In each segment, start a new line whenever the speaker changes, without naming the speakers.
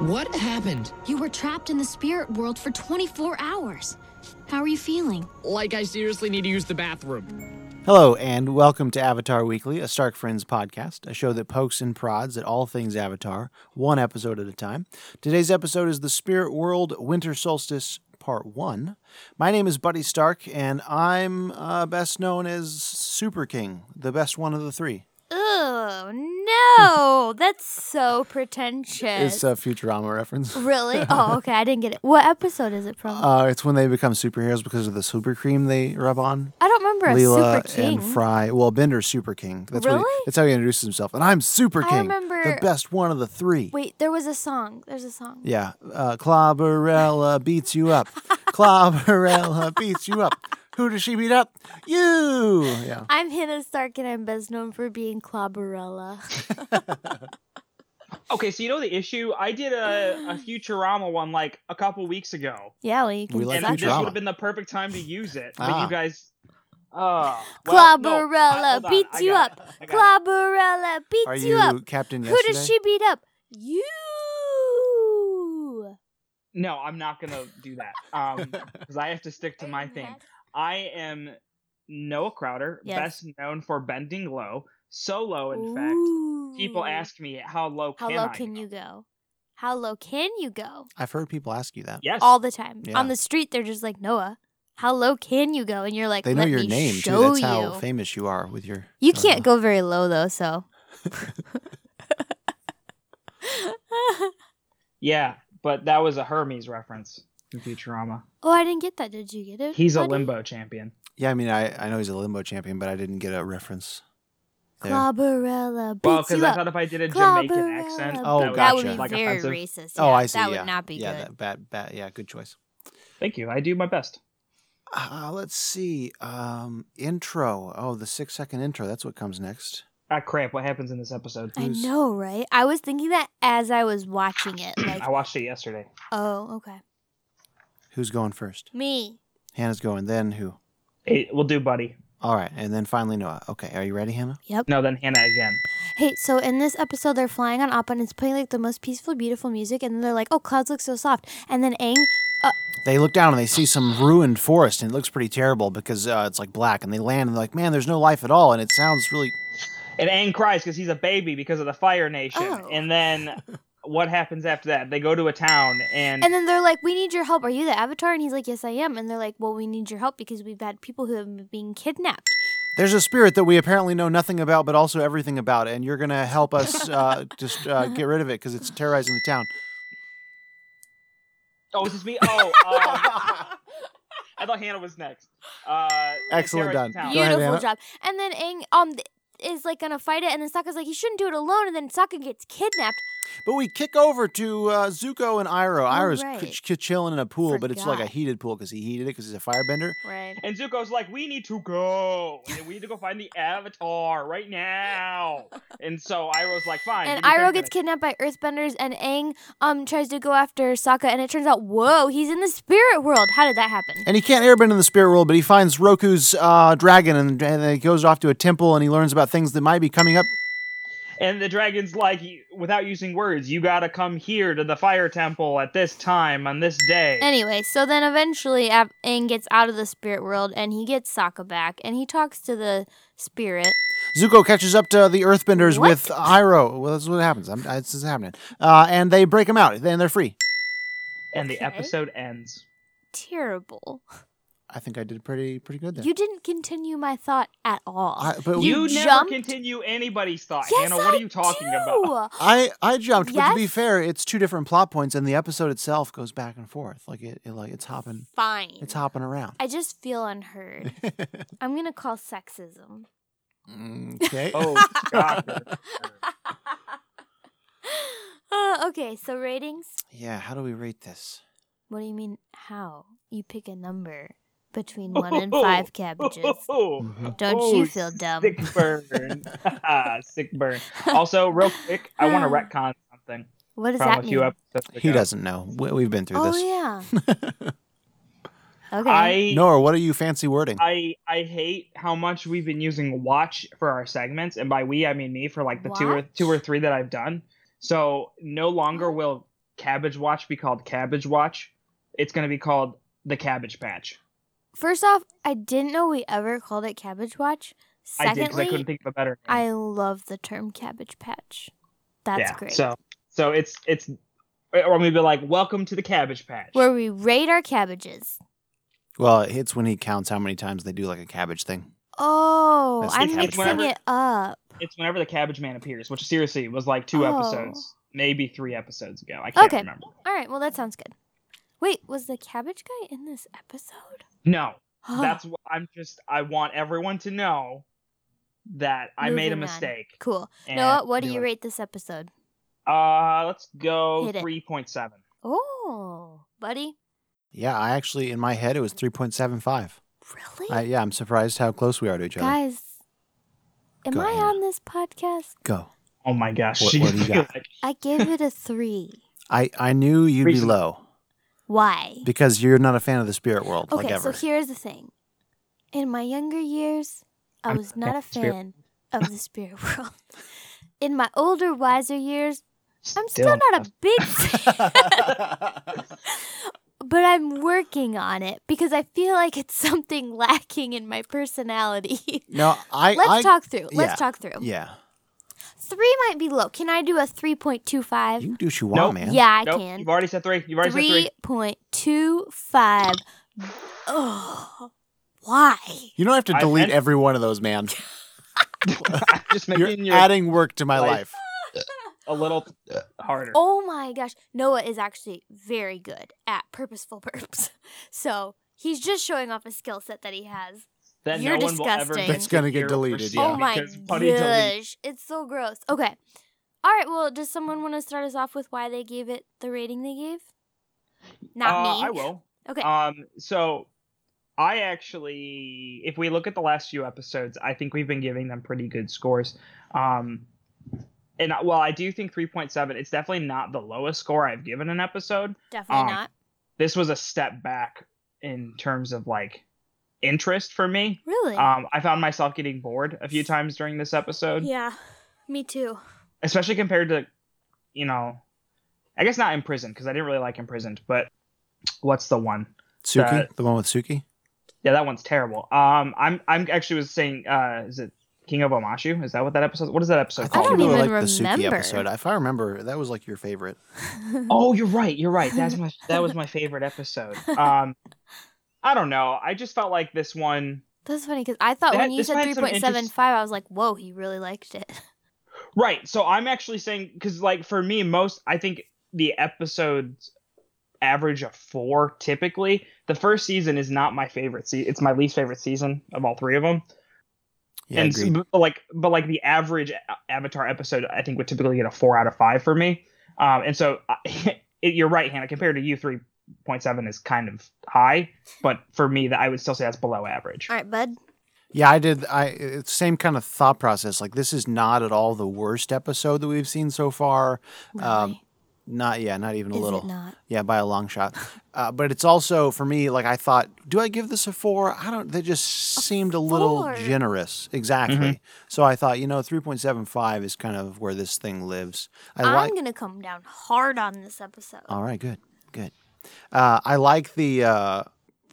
What happened?
You were trapped in the spirit world for 24 hours. How are you feeling?
Like, I seriously need to use the bathroom.
Hello, and welcome to Avatar Weekly, a Stark Friends podcast, a show that pokes and prods at all things Avatar, one episode at a time. Today's episode is The Spirit World Winter Solstice Part 1. My name is Buddy Stark, and I'm uh, best known as Super King, the best one of the three.
Oh no, that's so pretentious.
It's a Futurama reference.
really? Oh, okay. I didn't get it. What episode is it from?
Uh, it's when they become superheroes because of the super cream they rub on.
I don't remember.
Leela
a Super King.
and Fry. Well, Bender's Super King. That's what he-
Really?
that's how he introduces himself. And I'm Super
I
King, the
remember-
best one of the three.
Wait, there was a song. There's a song.
Yeah, uh, Clobberella beats you up. Clobberella beats you up. Who does she beat up? You. Yeah.
I'm Hannah Stark, and I'm best known for being Clobberella.
Okay, so you know the issue? I did a, a Futurama one like a couple weeks ago.
yeah, well, you can
We like
and
suck
this would
Futurama.
have been the perfect time to use it. But
Ah.
you guys uh
it.
well, no, I-
Clobberella
hold on,
beats
I
you
got
up.
it, I got it.
Clobberella beats
Are
you, up.
you Captain
Who
Yesterday?
does she beat up? You.
No, I'm not gonna do that. Um because I have to stick to my thing. I am Noah Crowder,
Yes.
best known for bending low, so low in fact. People
Ooh.
ask me how low
How
can
low
I
can
go?
you go? How low can you go?
I've heard people ask you that.
Yes.
all the time.
Yeah.
On the street, they're just like, Noah, how low can you go? And you're like,
They know
Let
your
me
name too.
show
That's how
you.
famous you are with your.
you can't go very low though, so.
yeah, but that was a Hermes reference in Futurama.
oh, I didn't get that. Did you get it?
He's a
buddy?
limbo champion.
Yeah, I mean, I, I know he's a limbo champion, but I didn't get a reference. there.
Clobberella beats
Well, because
you
I
up.
thought if I did a Jamaican
Clobberella
accent,
beats-
Oh,
that would,
that would
gotcha.
be
like
very
offensive.
racist.
oh,
yeah,
I see.
That would
yeah.
not be
yeah,
good.
that bad, bad. Yeah, good choice.
Thank you. I do my best.
Uh, let's see. Um, intro. Oh, the six second intro. That's what comes next.
Ah, crap. What happens in this episode?
I
Who's-
know, right? I was thinking that as I was watching it. Like,
I watched it yesterday.
oh, okay.
Who's going first?
Me.
Hannah's going. Then who?
Hey, we'll do Buddy.
All right, and then finally Noah. Okay, are you ready, Hannah?
Yep.
No, then Hannah again.
Hey, so in this episode, they're flying on Appa and it's playing like the most peaceful, beautiful music. And then they're like, oh, clouds look so soft. And then Aang
They look down and they see some ruined forest, and it looks pretty terrible because uh, it's like black. And they land and they're like, "Man, there's no life at all," and it sounds really.
And Aang cries because he's a baby because of the Fire Nation.
Oh.
And then what happens after that? They go to a town and,
And then they're like, "We need your help. Are you the Avatar?" And he's like, "Yes, I am." And they're like, "Well, we need your help because we've had people who have been being kidnapped."
There's a spirit that we apparently know nothing about, but also everything about, and you're gonna help us uh, just uh, get rid of it because it's terrorizing the town.
oh, is this me? Oh, um, I thought Hannah was next. Uh,
Excellent,
terrorist
done.
town.
Go ahead,
Beautiful
Anna.
job. And then Aang um th- is like gonna fight it, and then Sokka's like, "You shouldn't do it alone." And then Sokka gets kidnapped.
But we kick over to uh, Zuko and Iroh. Iroh's
right.
ch- ch- chilling in a pool, but it's like a
Forgot.
heated pool because he heated it because he's a firebender.
Right.
And Zuko's like, we need to go. And we need to go find the Avatar right now. And so Iroh's like, fine.
And
you
Iroh
think
gets kidnapped by Earthbenders, and Aang um tries to go after Sokka, and it turns out, whoa, he's in the spirit world. How did that happen?
And he can't airbend in the spirit world, but he finds Roku's uh, dragon and, and then he goes off to a temple and he learns about things that might be coming up.
And the dragon's like, "You- without using words, you gotta come here to the fire temple at this time on this day.
Anyway, so then eventually Ab- Aang gets out of the spirit world, and he gets Sokka back, and he talks to the spirit.
Zuko catches up to the Earthbenders
What?
with Iroh. Well, that's what happens. I'm, I, this is happening. Uh, and they break him out and they're free.
and the
okay.
episode ends.
terrible.
I think I did pretty pretty good there.
You didn't continue my thought at all.
I, but
You,
You
never
jumped?
continue anybody's thought.
yes,
Hannah, what
I
are you talking
do!
about?
I, I jumped, but to be
Yes?
fair, it's two different plot points, and the episode itself goes back and forth. Like it, it like it's hopping,
Fine.
it's hopping around.
I just feel unheard. I'm gonna call sexism.
Okay.
Oh, God.
Uh, okay, so ratings.
Yeah. How do we rate this?
What do you mean? How you pick a number between one and five cabbages? Don't you feel dumb?
Oh, Sick burn. sick burn. Also, real quick, I want to retcon something
What does
from
that
a
mean?
few episodes ago.
He doesn't know. We, we've been through
oh
this.
yeah. okay.
I,
Nora, what are you fancy wording?
I I hate how much we've been using watch for our segments, and by we I mean me for like the two or
Watch? Oh.
two or three that I've done. So no longer will Cabbage Watch be called Cabbage Watch. It's going to be called the Cabbage Patch.
First off, I didn't know we ever called it Cabbage Watch.
I did because I couldn't
Secondly,
think of a better name.
I, love the term Cabbage Patch. That's great.
So, so it's it's or maybe like welcome to the Cabbage Patch.
Where we rate our cabbages.
Well, it hits when he counts how many times they do like a cabbage thing.
Oh,
That's the
I'm
Cabbage
mixing
Patch.
it up.
it's whenever the Cabbage Man appears, which seriously was like two
Oh.
episodes, maybe three episodes ago. I can't
Okay.
remember.
All right, well that sounds good. Wait, was the cabbage guy in this episode?
No,
Oh.
that's what I'm just. I want everyone to know that I made a
Moving on.
mistake.
cool.
and
Noah, what do you
doing-
rate this episode?
Uh, let's go
Hit it.
three point seven.
Oh, buddy,
Yeah, I actually in my head it was three point seven five.
really?
I, yeah, I'm surprised how close we are to each other.
Guys, am
Go
I
ahead.
on this podcast?
Go.
Oh my gosh,
What-
she's
what do you got?
like-
I gave it a three.
I I knew you'd be
Reason-
low
Why?
because you're not a fan of the spirit world like
Okay,
ever.
so here's the thing. In my younger years, I was not a
spirit-
fan of the spirit world. In my older, wiser years, I'm still, not a big fan, but I'm working on it because I feel like it's something lacking in my personality.
no, I
Let's
I,
talk through.
yeah,
Let's talk through.
Yeah,
Three might be low. Can I do a 3.25?
you can do what you want,
Nope.
man.
yeah, I
Nope,
can.
You've already said three. You've already said three.
3.25. Oh, why?
You don't have to
I
delete
meant-
every one of those, man.
I'm just
You're
making your
adding work to my
life.
life.
a little harder.
Oh my gosh. Noah is actually very good at purposeful burps. So he's just showing off a skill set that he has.
that
you're
no one will ever
disgusting.
get
That's
to
gonna get
hear or
deleted,
see
yeah.
oh my
because
gosh.
Buddy deleted-
It's so gross. Okay. All right. Well, does someone want to start us off with why they gave it the rating they gave? Not
Uh,
me.
I will.
Okay.
Um, so I actually, if we look at the last few episodes, I think we've been giving them pretty good scores. Um, and uh, well, I do think 3.7, it's definitely not the lowest score I've given an episode.
Definitely
um,
not.
This was a step back in terms of like interest for me.
Really?
Um, I found myself getting bored a few times during this episode,
yeah. Me too.
especially compared to, you know, I guess not imprisoned because I didn't really like imprisoned, but what's the one?
Suki,
That-
the one with Suki.
Yeah, that one's terrible. Um, I'm I'm actually was saying, uh, is it King of Omashu? Is that what that episode? What is that episode
I
called?
think you
don't
really
even
liked the Suki
remember.
episode. If I remember, that was like your favorite.
Oh, you're right. You're right. That's my that was my favorite episode. Um, I don't know. I just felt like this one.
That's funny because I thought
That-
when you
this
said
might have some
3.75,
interest-
I was like, whoa, he really liked it.
Right. So I'm actually saying because like for me, most I think the episodes average a four typically. The first season is not my favorite. See, it's my least favorite season of all three of them.
Yeah,
and s-
agreed.
but like but like the average a- avatar episode i think would typically get a four out of five for me um and so I, it, you're right hannah compared to you 3.7 is kind of high but for me that i would still say that's below average
All right, bud.
Yeah, I did. I it's same kind of thought process. Like this is not at all the worst episode that we've seen so far. Um,
Really?
not yeah, not even a
Is it
little.
not?
Yeah, by a long shot. Uh, but it's also for me like I thought, do I give this a four? I don't. That just seemed a little
four?
generous. Exactly. So I thought, you know, three point seven five is kind of where this thing lives. I
I'm
like.
going to come down hard on this episode.
All right, good, good. Uh, I like the uh,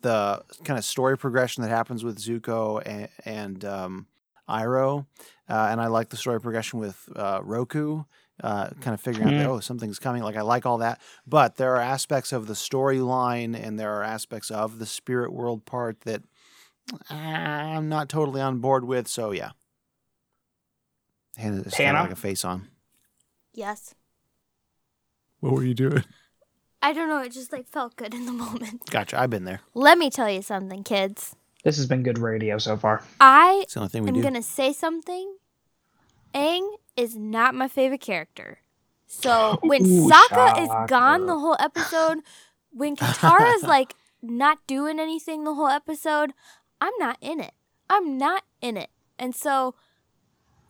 the kind of story progression that happens with Zuko and, and um, Iroh, uh, and I like the story progression with uh, Roku. Uh, kind of figuring out that oh something's coming. Like I like all that, but there are aspects of the storyline and there are aspects of the spirit world part that ah, I'm not totally on board with. So yeah, Hannah just kind
Hannah?
of like a face on.
Yes.
What were you doing?
I don't know. It just like felt good in the moment.
Gotcha. I've been there.
Let me tell you something, kids.
this has been good radio so far
I
It's the only thing we
am
do.
gonna say something. Aang is not my favorite character. So when
Ooh,
Sokka is gone
shocker.
the whole episode, when Katara's like not doing anything the whole episode, I'm not in it. I'm not in it. And so,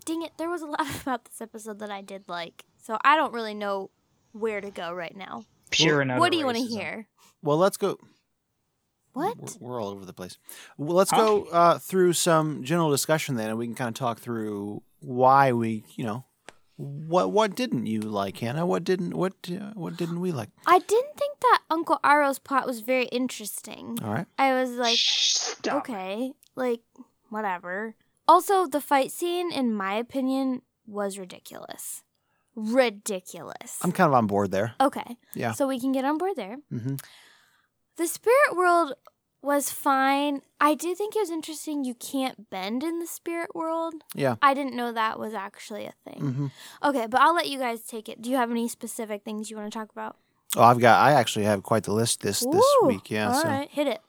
dang it, there was a lot about this episode that I did like. So I don't really know where to go right now.
pure and
what do you
want to
hear?
Well, let's go.
What?
We're, we're all over the place. Well, let's go uh, through some general discussion then, and we can kind of talk through why we, you know, What what didn't you like, Hannah? What didn't what uh, what didn't we like?
I didn't think that Uncle Aro's plot was very interesting.
All right.
I was like,
Stop.
okay, like whatever. Also, the fight scene, in my opinion, was ridiculous. Ridiculous.
I'm kind of on board there.
okay.
Yeah.
So we can get on board there.
Mhm.
The spirit world was fine. I did think it was interesting. You can't bend in the spirit world.
Yeah.
I didn't know that was actually a thing.
Mhm.
Okay, but I'll let you guys take it. Do you have any specific things you want to talk about?
Oh, I've got I actually have quite the list this this
Ooh,
week. Yeah.
all
so
right, hit it.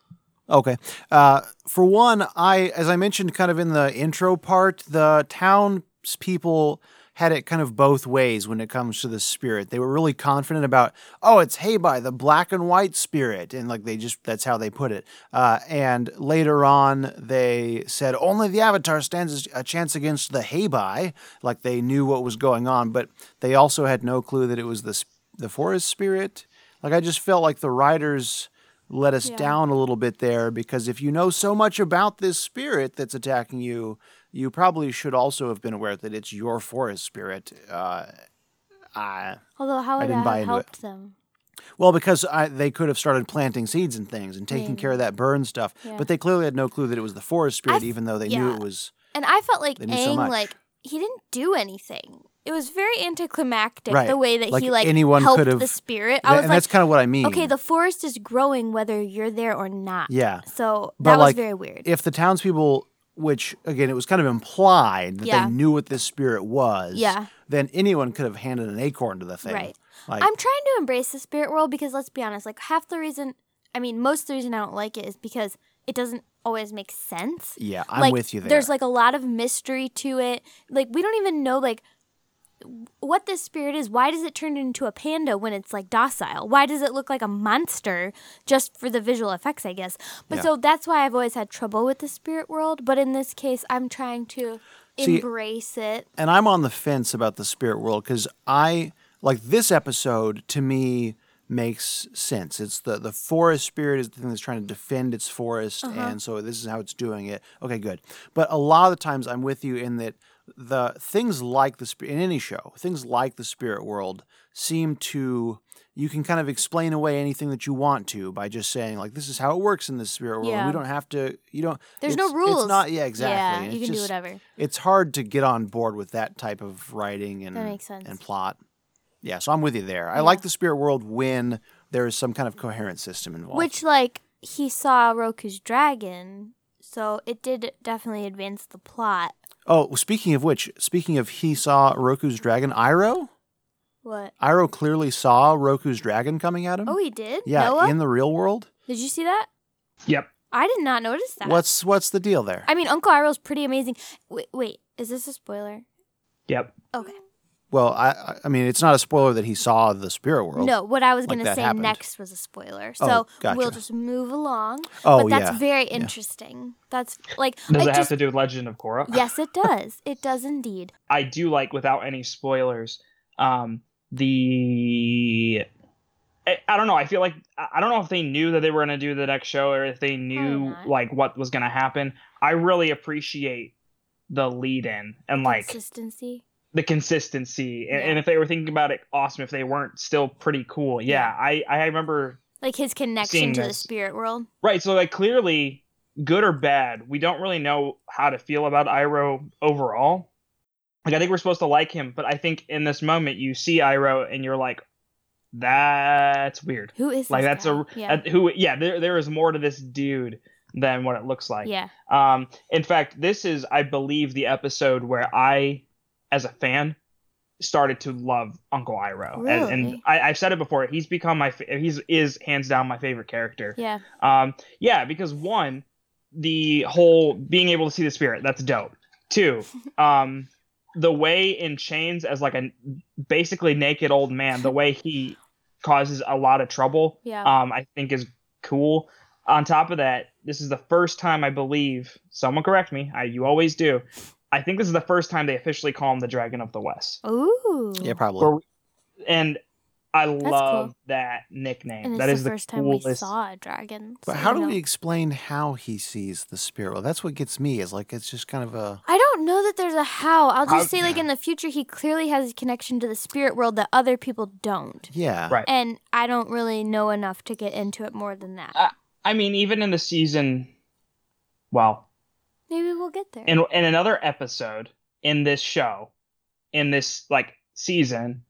Okay. Uh, for one, I, as I mentioned kind of in the intro part, the townspeople had it kind of both ways when it comes to the spirit. They were really confident about, oh, it's Haybai, the black and white spirit. And like they just, that's how they put it. Uh, and later on, they said, only the Avatar stands a chance against the Haybai. Like they knew what was going on, but they also had no clue that it was the, sp- the forest spirit. Like I just felt like the writers let us down a little bit there because if you know so much about this spirit that's attacking you, you probably should also have been aware that it's your forest spirit. Uh, I,
Although, how would
didn't
that
buy
have
into it.
helped them?
well, because I, they could have started planting seeds and things and taking care of that burn stuff, but they clearly had no clue that it was the forest spirit,
f-
even though they knew
yeah.
it was.
And I felt like
They knew so
Aang,
much.
like he didn't do anything. It was very anticlimactic
Right.
the way that
Like,
he like
anyone
helped
could've-
the spirit.
Tha-
I was
and
like,
that's kind of what I mean.
okay, the forest is growing whether you're there or not.
Yeah.
So
But,
that
like,
was very weird.
if the townspeople which again it was kind of implied that
Yeah.
they knew what this spirit was
Yeah.
then anyone could have handed an acorn to the thing
Right.
like
I'm trying to embrace the spirit world because let's be honest, like half the reason, I mean, most of the reason I don't like it is because it doesn't always make sense.
yeah i'm
like,
with you there
There's like a lot of mystery to it. Like we don't even know like w- what this spirit is. Why does it turn into a panda when it's like docile? Why does it look like a monster just for the visual effects, I guess? But
Yeah.
so that's why I've always had trouble with the spirit world, but in this case I'm trying to
See-
embrace it.
and I'm on the fence about the spirit world because I like this episode to me makes sense. It's the the forest spirit is the thing that's trying to defend its forest,
Uh-huh.
and so this is how it's doing it. Okay, good. But a lot of the times I'm with you in that the things like the spirit in any show, things like the spirit world seem to you can kind of explain away anything that you want to by just saying like this is how it works in the spirit world.
Yeah.
We don't have to you don't
There's no
it's-
rules.
It's not yeah, exactly.
Yeah,
And
you
it's
can do
just-
whatever.
it's hard to get on board with that type of writing and
That makes sense.
and plot. Yeah, so I'm with you there. I like the spirit world when there is some kind of coherent system involved.
Which like he saw Roku's dragon, so it did definitely advance the plot.
oh, speaking of which, speaking of he saw Roku's dragon, Iroh.
What?
Iroh clearly saw Roku's dragon coming at him.
Oh, he did.
yeah,
Noah,
in the real world.
did you see that?
Yep.
I did not notice that.
What's what's the deal there?
I mean, Uncle Iroh's pretty amazing. Wait, wait, is this a spoiler?
Yep.
Okay.
well, I I- I mean it's not a spoiler that he saw the spirit world.
No, what I was
like
gonna
that
say
happened.
next was a spoiler,
Oh,
so
gotcha.
we'll just move along.
Oh,
but that's
yeah,
very interesting. That's like
Does
I
it have
just
to do with Legend of Korra?
yes, it does. It does indeed.
I do like without any spoilers. Um, the I, I don't know. I feel like I I don't know if they knew that they were going to do the next show or if they knew
not.
like what was going to happen. I really appreciate the lead in and like
Consistency.
the consistency. And,
Yeah.
and if they were thinking about it, awesome. If they weren't, still pretty cool. Yeah,
Yeah.
I I remember
Like his connection
Seeing
to the
this.
spirit world.
right. So like clearly, good or bad, we don't really know how to feel about Iroh overall. Like I think we're supposed to like him, but I think in this moment you see Iroh and you're like, that's weird.
Who is
Like
this
that's
guy?
a
yeah.
that- who yeah there there is more to this dude than what it looks like.
yeah.
Um, in fact, this is, I believe, the episode where I, as a fan, started to love Uncle Iroh. And, and
Really?
I, I've said it before. He's become my, fa- he's is hands down my favorite character.
Yeah.
Um, yeah, because one, the whole being able to see the spirit, that's dope. Two, um, the way in chains as like a basically naked old man, the way he causes a lot of trouble,
Yeah.
um, I think is cool. On top of that, this is the first time I believe someone correct me. I you always do. I think this is the first time they officially call him the Dragon of the West.
Ooh.
Yeah, probably.
Or- And I
cool.
love that nickname.
And it's
That
the
is
first time
coolest.
we saw a dragon.
But
so
how
you
do
know.
we explain how he sees the spirit world? That's what gets me. Is like it's just kind of a
I don't know that there's a how. I'll just
How-
say, like, in the future, he clearly has a connection to the spirit world that other people don't.
yeah.
Right.
And I don't really know enough to get into it more than that.
Uh, I mean, even in the season, well,
Maybe we'll get there.
in in another episode in this show, in this like season,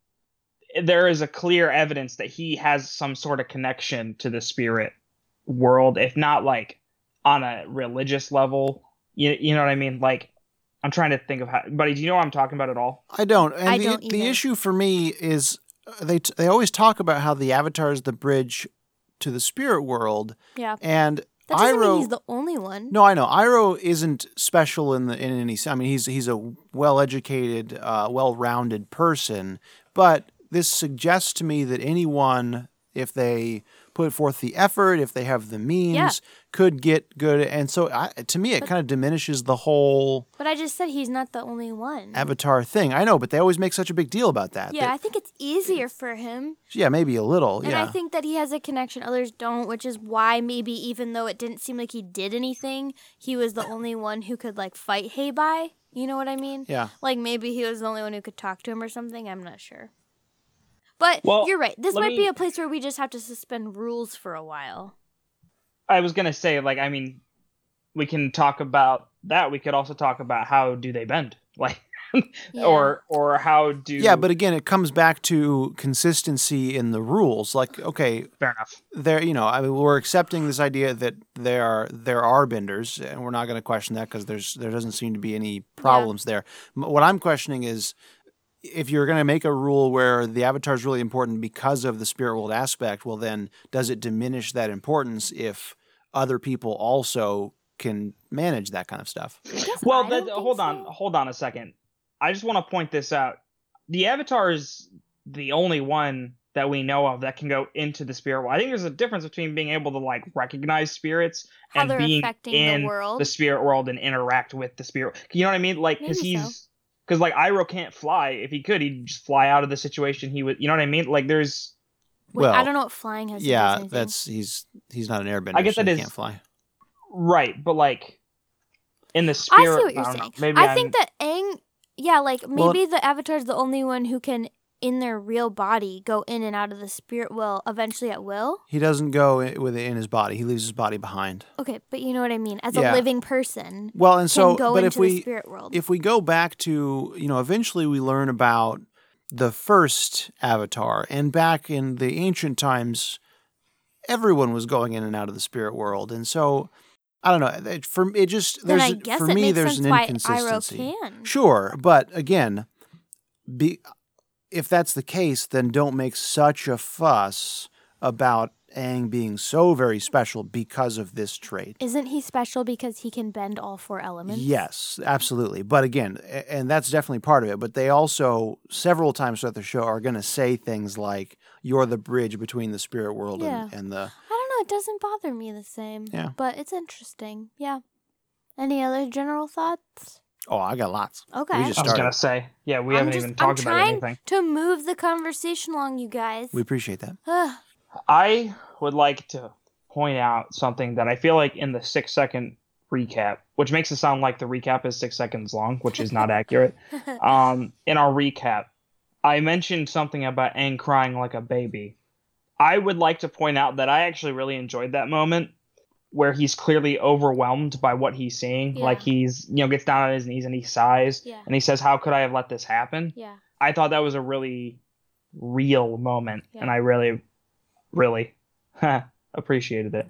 there is a clear evidence that he has some sort of connection to the spirit world, if not like on a religious level. You you know what I mean? Like, I'm trying to think of how, buddy. Do you know what I'm talking about at all?
I don't. And
I
the,
don't
the
either.
issue for me is uh, they t- they always talk about how the avatar is the bridge to the spirit world,
yeah.
and
That doesn't
Iroh-
mean he's the only one.
No, I know. Iroh isn't special in the in any. s- I mean, he's he's a well-educated, uh, well-rounded person. But this suggests to me that anyone, if they put forth the effort, if they have the means,
Yeah.
could get good. And so, I, to me, it kind of diminishes the whole
But I just said he's not the only one.
Avatar thing. I know, but they always make such a big deal about that.
yeah, I
That-
think it's easier for him.
yeah, maybe a little.
And
yeah,
I think that he has a connection others don't, which is why maybe even though it didn't seem like he did anything, he was the only one who could like fight Haybai. You know what I mean?
yeah.
Like maybe he was the only one who could talk to him or something. I'm not sure. But
Well,
you're right. This
let
might
me-
be a place where we just have to suspend rules for a while.
I was gonna say, like, I mean, we can talk about that. We could also talk about how do they bend, like,
Yeah.
or or how do
Yeah, but again, it comes back to consistency in the rules. Like, okay,
fair enough.
there you know i mean we're accepting this idea that there are there are benders and we're not going to question that because there's there doesn't seem to be any problems there M- what i'm questioning is if you're going to make a rule where the avatar is really important because of the spirit world aspect well then does it diminish that importance if other people also can manage that kind of stuff
I guess
Well,
I
that,
don't think
hold on,
so.
hold on a second. I just want to point this out. The Avatar is the only one that we know of that can go into the spirit world. I think there's a difference between being able to like recognize spirits
How
and
they're
being
affecting
in
the world.
the spirit world and interact with the spirit. You know what I mean? Like because
Maybe so.
he's because like Iroh can't fly. If he could, he'd just fly out of the situation. He would. You know what I mean? Like there's.
Wait,
well,
I don't know what flying has. to do with
yeah
anything.
that's he's he's not an airbender
I guess
so
that
he
is-
can't fly
Right, but like in the
I
spirit.
see what you're
don't know,
saying.
Maybe
I
I'm-
think that Aang, yeah, like maybe
Well-
the Avatar's the only one who can, in their real body, go in and out of the spirit will eventually at will.
he doesn't go i- with it in his body he leaves his body behind
Okay, but you know what I mean. As
Yeah.
a living person,
well and so
can go
but
into
if we
the spirit world.
if we go back to you know eventually we learn about the first avatar and back in the ancient times everyone was going in and out of the spirit world and so i don't know it, for it just
then
there's
I guess
for
it
me
makes
there's
sense
an
why
inconsistency
Iroh can.
sure but again be if that's the case then don't make such a fuss about Aang being so very special because of this trait.
Isn't he special because he can bend all four elements?
Yes, absolutely. But again, a- and that's definitely part of it. But they also, several times throughout the show, are going to say things like, you're the bridge between the spirit world and,
Yeah.
and the.
I don't know. It doesn't bother me the same.
Yeah.
But it's interesting. Yeah. Any other general thoughts?
Oh, I got lots.
Okay.
We just
I was gonna
started.
say, yeah, we
I'm
haven't
just-
even talked
I'm
about
trying
anything.
To move the conversation along, you guys.
We appreciate that.
Ugh.
I would like to point out something that I feel like in the six second recap, which makes it sound like the recap is six seconds long, which is not accurate. Um, in our recap, I mentioned something about Aang crying like a baby. I would like to point out that I actually really enjoyed that moment where he's clearly overwhelmed by what he's seeing.
Yeah.
Like he's, you know, gets down on his knees and he sighs
Yeah.
and he says, How could I have let this happen?
Yeah.
I thought that was a really real moment,
Yeah.
and I really, really appreciated it.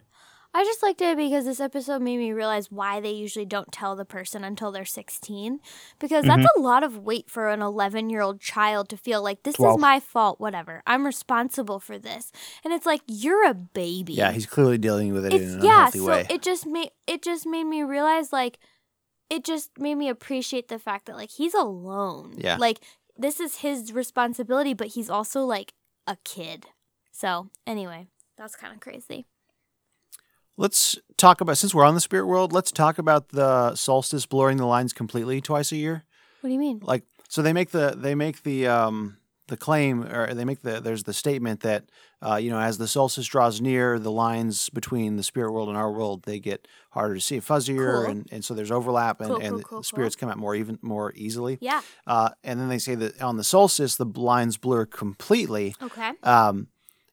I just liked it because this episode made me realize why they usually don't tell the person until they're 16. Because that's
Mm-hmm.
a lot of weight for an 11 year old child to feel like, this
Twelve.
is my fault, whatever. I'm responsible for this. And it's like, you're a baby.
Yeah, he's clearly dealing with it
it's,
in an
yeah,
unhealthy
so
way.
it just made it just made me realize like it just made me appreciate the fact that like he's alone.
Yeah.
Like this is his responsibility, but he's also like a kid. So anyway, that's kind of crazy.
let's talk about, since we're on the spirit world, let's talk about the solstice blurring the lines completely twice a year.
What do you mean?
Like, so they make the, they make the, um, the claim or they make the there's the statement that uh, you know as the solstice draws near the lines between the spirit world and our world they get harder to see fuzzier
Cool.
and, and so there's overlap and,
Cool,
and
cool,
the
cool, cool.
spirits come out more even more easily
Yeah.
uh, and then they say that on the solstice the lines blur completely
Okay.
um,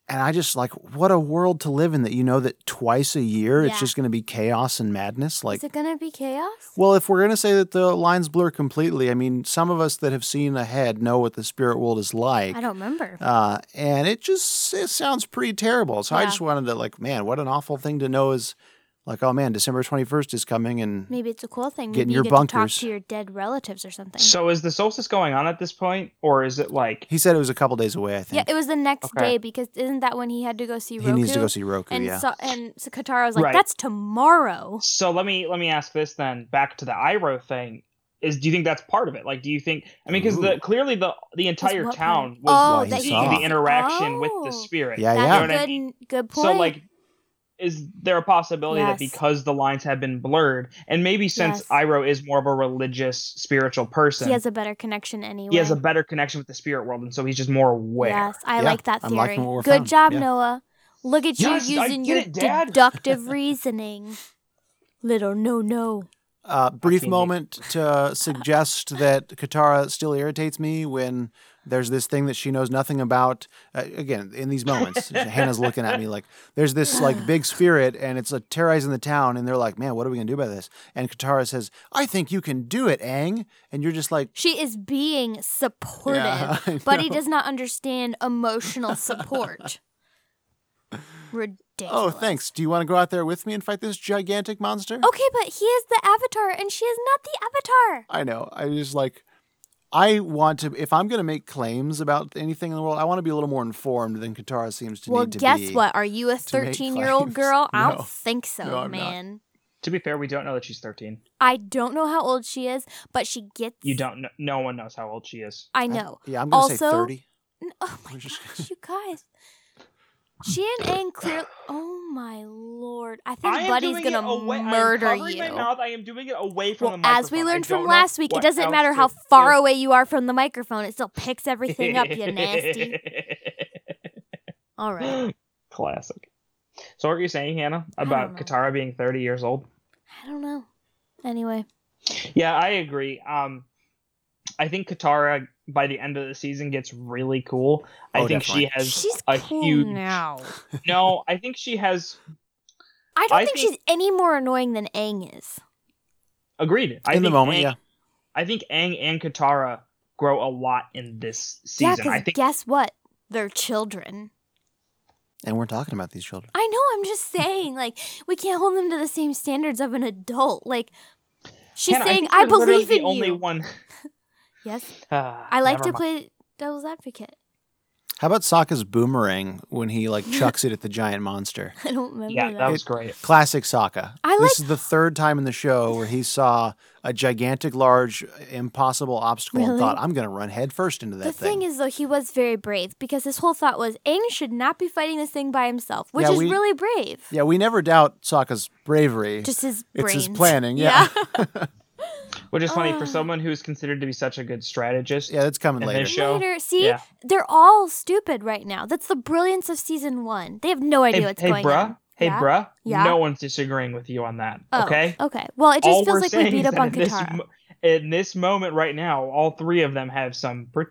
and I just like what a world to live in that you know that twice a year it's
Yeah.
just going to be chaos and madness. Like,
Is it gonna be chaos?
well, if we're going to say that the lines blur completely, I mean, some of us that have seen ahead know what the spirit world is like.
I don't remember.
Uh, and it just it sounds pretty terrible. So I
Yeah.
just wanted to like, man, what an awful thing to know is like, oh man, December twenty first is coming, and
Maybe it's a cool thing.
Get in
Maybe you
your
get to
bunkers.
talk to your dead relatives or something.
So is the solstice going on at this point, or is it like
he said it was a couple days away. I
yeah,
think
it was the next
Okay.
day because isn't that when he had to go see Roku?
he needs to go see Roku.
And
yeah,
so and so Katara was like,
Right.
"That's tomorrow."
So let me let me ask this then. Back to the Iro thing. Is do you think that's part of it? Like, do you think? I mean, because the
Ooh.
clearly the the entire
what
town
part?
Oh,
was
that
seeing
he-
the interaction with the
Oh.
spirit.
yeah,
That's
yeah.
You know what I
a good good point.
So like, is there a possibility that
Yes.
because the lines have been blurred, and maybe since
Yes.
Iro is more of a religious, spiritual person,
he has a better connection anyway.
he has a better connection with the spirit world, and so he's just more aware.
Yes, I
Yeah,
like that
I'm
theory.
liking what we're
Good
finding.
job,
Yeah.
Noah. Look at
Yes, I
you using
get
your
it, Dad.
deductive reasoning. Little no no.
uh, brief
Fucking-
moment to suggest that Katara still irritates me when there's this thing that she knows nothing about. Uh, again, in these moments, Hannah's looking at me like there's this like big spirit and it's like terrorizing the town, and they're like, "Man, what are we gonna do about this?" And Katara says, "I think you can do it, Aang," and you're just like,
She is being supportive,
Yeah, I
but he
know.
does not understand emotional support. Ridiculous.
"Oh, thanks. Do you want to go out there with me and fight this gigantic monster?"
Okay, but he is the avatar and she is not the avatar.
I know. I just like I want to if I'm going to make claims about anything in the world, I want to be a little more informed than Katara seems to
well,
need to
guess
be.
what? Are you a
to make
13 year old
claims.
girl? I
No.
don't think so,
No, I'm not.
man.
To be fair, we don't know that she's thirteen.
I don't know how old she is, but she gets.
You don't. Know, no one knows how old she is.
I know.
Yeah, I'm going to say
Also-
30.
N- Oh my
We're just-
gosh, you guys. She and Aang clearly. Oh my lord! I think
I am
Buddy's
doing it
gonna
away- I
murder
am covering
you.
My mouth. I am doing it away from
Well,
the
as we
microphone. I
learned from
don't know
last week, it
what
doesn't
else
matter
to
how far
do.
away you are from the microphone; it still picks everything up. You nasty. All right.
Classic. So what are you saying, Hannah,
I don't
about
know.
Katara being 30 years old?
I don't know. Anyway,
Yeah, I agree. Um, I think Katara by the end of the season gets really cool. I
Oh,
think
definitely.
she has
she's
a
cool
huge.
now.
No, I think she has
I don't
I
think,
think-
she's any more annoying than Aang is.
agreed. I
in the
think
moment,
Aang-
yeah.
I think Aang and Katara grow a lot in this
Yeah,
season. I
because
think
guess what? They're children.
And we're talking about these children.
I know. I'm just saying, like, we can't hold them to the same standards of an adult. Like, she's
Hannah,
saying,
think
"I,
you're literally
believe
the
in you."
only One.
Yes,
Ah,
I like to
never mind.
play devil's advocate.
How about Sokka's boomerang when he like chucks it at the giant monster?
I don't remember
Yeah,
that.
that was great.
Classic Sokka.
I
this is the third time in the show where he saw a gigantic, large, impossible obstacle and
Really?
thought, "I'm going to run headfirst into that
the thing. is, though, he was very brave because his whole thought was Aang should not be fighting this thing by himself, which
Yeah,
is
we-
really brave.
yeah, we never doubt Sokka's bravery.
Just his
it's
brains.
his planning. Yeah, yeah,
Which is funny for
Ah.
someone who's considered to be such a good strategist.
that's coming
And they
later.
sh- Show.
Later, see,
Yeah.
they're all stupid right now. That's the brilliance of season one. They have no idea
hey,
what's
hey,
going
bruh.
on.
Hey,
Yeah?
bruh.
Yeah.
No one's disagreeing with you on that.
Oh,
okay.
Okay. Well, it just
all we're
feels like we
saying
beat
is
up
that
on
in this,
Katara.
mo- in this moment right now, all three of them have some pretty,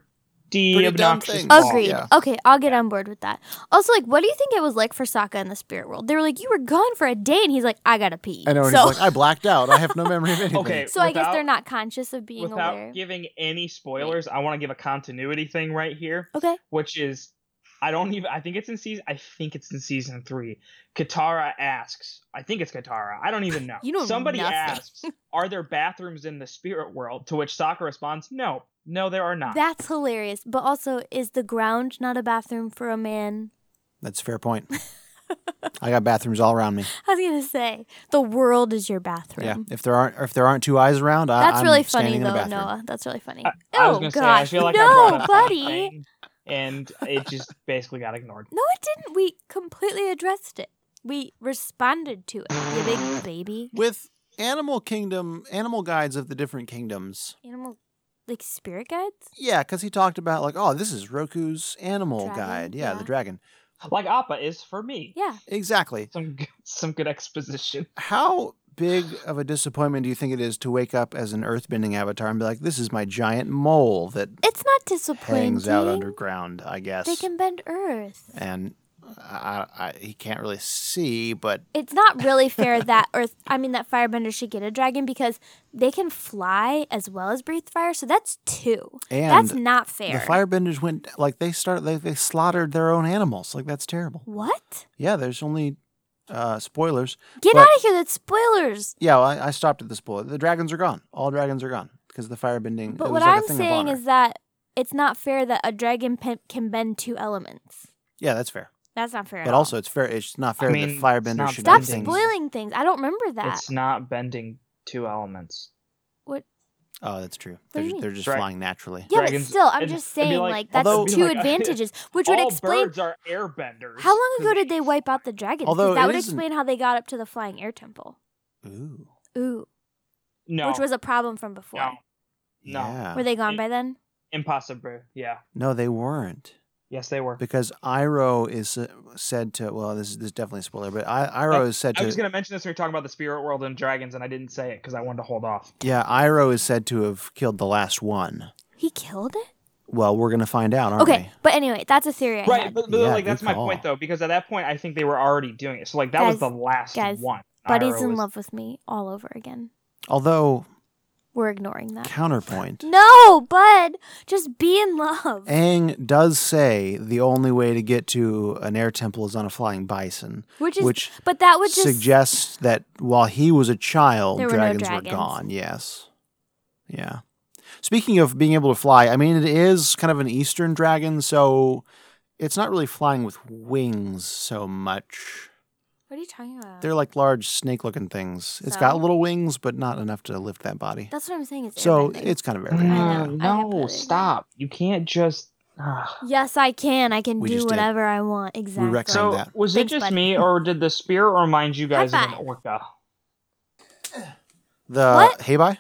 dumb
obnoxious
things.
faults.
Agreed.
Yeah.
Okay, I'll get on board with that. Also, like, what do you think it was like for Sokka in the spirit world? They were like, "You were gone for a day," and he's like, "I gotta pee."
I know, and
so,
he's like, "I blacked out. I have no memory of anything."
Okay.
so I guess they're
without-
not conscious of being
Without
aware.
giving any spoilers, I want to give a continuity thing right here,
okay.
which is I don't even I think it's in season I think it's in season 3. Katara asks, I think it's Katara. I don't even know.
You don't know
Somebody
nothing.
asks, are there bathrooms in the spirit world? To which Sokka responds, "No. No, there are not."
That's hilarious. But also, is the ground not a bathroom for a man?
That's a fair point. I got bathrooms all around me.
I was gonna say the world is your
Yeah,
bathroom.
if there aren't if there aren't two eyes around, I,
That's
I'm
really funny
standing in a
though,
bathroom.
Noah. That's really funny.
I,
oh
I was gonna
gosh,
say, I feel like I brought
no,
up
buddy.
something, and it just basically got ignored.
No, it didn't. We completely addressed it. We responded to it. You big baby.
With Animal Kingdom, animal guides of the different kingdoms,
Animal like spirit guides?
Yeah, because he talked about like, oh, this is Roku's animal
Dragon,
guide. Yeah, the
yeah.
dragon.
Like Appa is for me.
Yeah.
Exactly.
Some g- some good exposition.
How big of a disappointment do you think it is to wake up as an earthbending avatar and be like, this is my giant mole that
It's not disappointing.
hangs out underground, I guess.
They can bend earth.
And I, I, he can't really see, but
It's not really fair that earth I mean that firebender should get a dragon because they can fly as well as breathe fire, so that's two. that's
And
not fair.
the firebenders went like they started they, they slaughtered their own animals. Like that's terrible.
what?
Yeah, there's only uh, spoilers.
Get
But-
out of here, that's spoilers.
Yeah, well, I, I stopped at the spoiler. The dragons are gone. All dragons are gone because the firebending. it
But
was
what
like a
I'm
thing of
saying
honor.
is that it's not fair that a dragon pe- can bend two elements.
yeah, that's fair.
That's not fair. at
But
all.
also, it's fair. It's not fair that
mean,
the
it's
firebender
not
should
stop
do
bending.
things.
spoiling things. I don't remember that.
It's not bending two elements.
what?
Oh, that's true.
do
They're,
you
ju-
mean?
they're just
Drag-
flying naturally.
Yeah,
Dragons-
but still, I'm
it'd-
just
it'd be
saying,
like-
like, that's
Although-
two
like-
advantages, which would
All
explain.
birds are airbenders.
How long ago did they wipe out the dragons? 'Cause
Although it
that would
isn't-
explain how they got up to the flying air temple.
Ooh.
Ooh,
No,
which was a problem from before.
no, No.
Yeah.
Were they gone
It-
by then?
impossible. Yeah,
No, they weren't.
yes, they were.
Because Iroh is uh, said to, well, this is, this is definitely a spoiler, but I, Iroh is said
I
to,
was going to mention this when we were talking about the spirit world and dragons, and I didn't say it because I wanted to hold off.
yeah, Iroh is said to have killed the last one.
He killed it.
Well, we're going to find out, aren't
Okay, but anyway, that's a theory I
Right,
had.
but, but
Yeah,
like
good
that's my point
call.
though, because at that point I think they were already doing it. So like that was
Guys-
the last
guys,
one.
Buddy's
Iroh
in
was-
love with me all over again.
we? Although,
We're ignoring that.
counterpoint,
No, Bud, just be in love.
Aang does say the only way to get to an air temple is on a flying bison,
Which is,
which
but that would just
suggests that while he was a child,
There were no
dragons, were
dragons.
gone. Yes. Yeah. Speaking of being able to fly, I mean, it is kind of an Eastern dragon, so it's not really flying with wings so much.
What are you talking about?
They're like large snake looking things. It's got
So?
little wings, but not enough to lift that body.
That's what I'm saying. It's
so
airbending.
it's kind of
No,
very.
I know, I
no,
know.
stop! You can't just. ah.
yes, I can. I can
We just
do
did.
whatever I want. Exactly.
rec- Found
So
that.
was it
Thanks,
just
bud.
me, or did the spirit remind you guys of an
five.
orca?
The
What?
Heibai?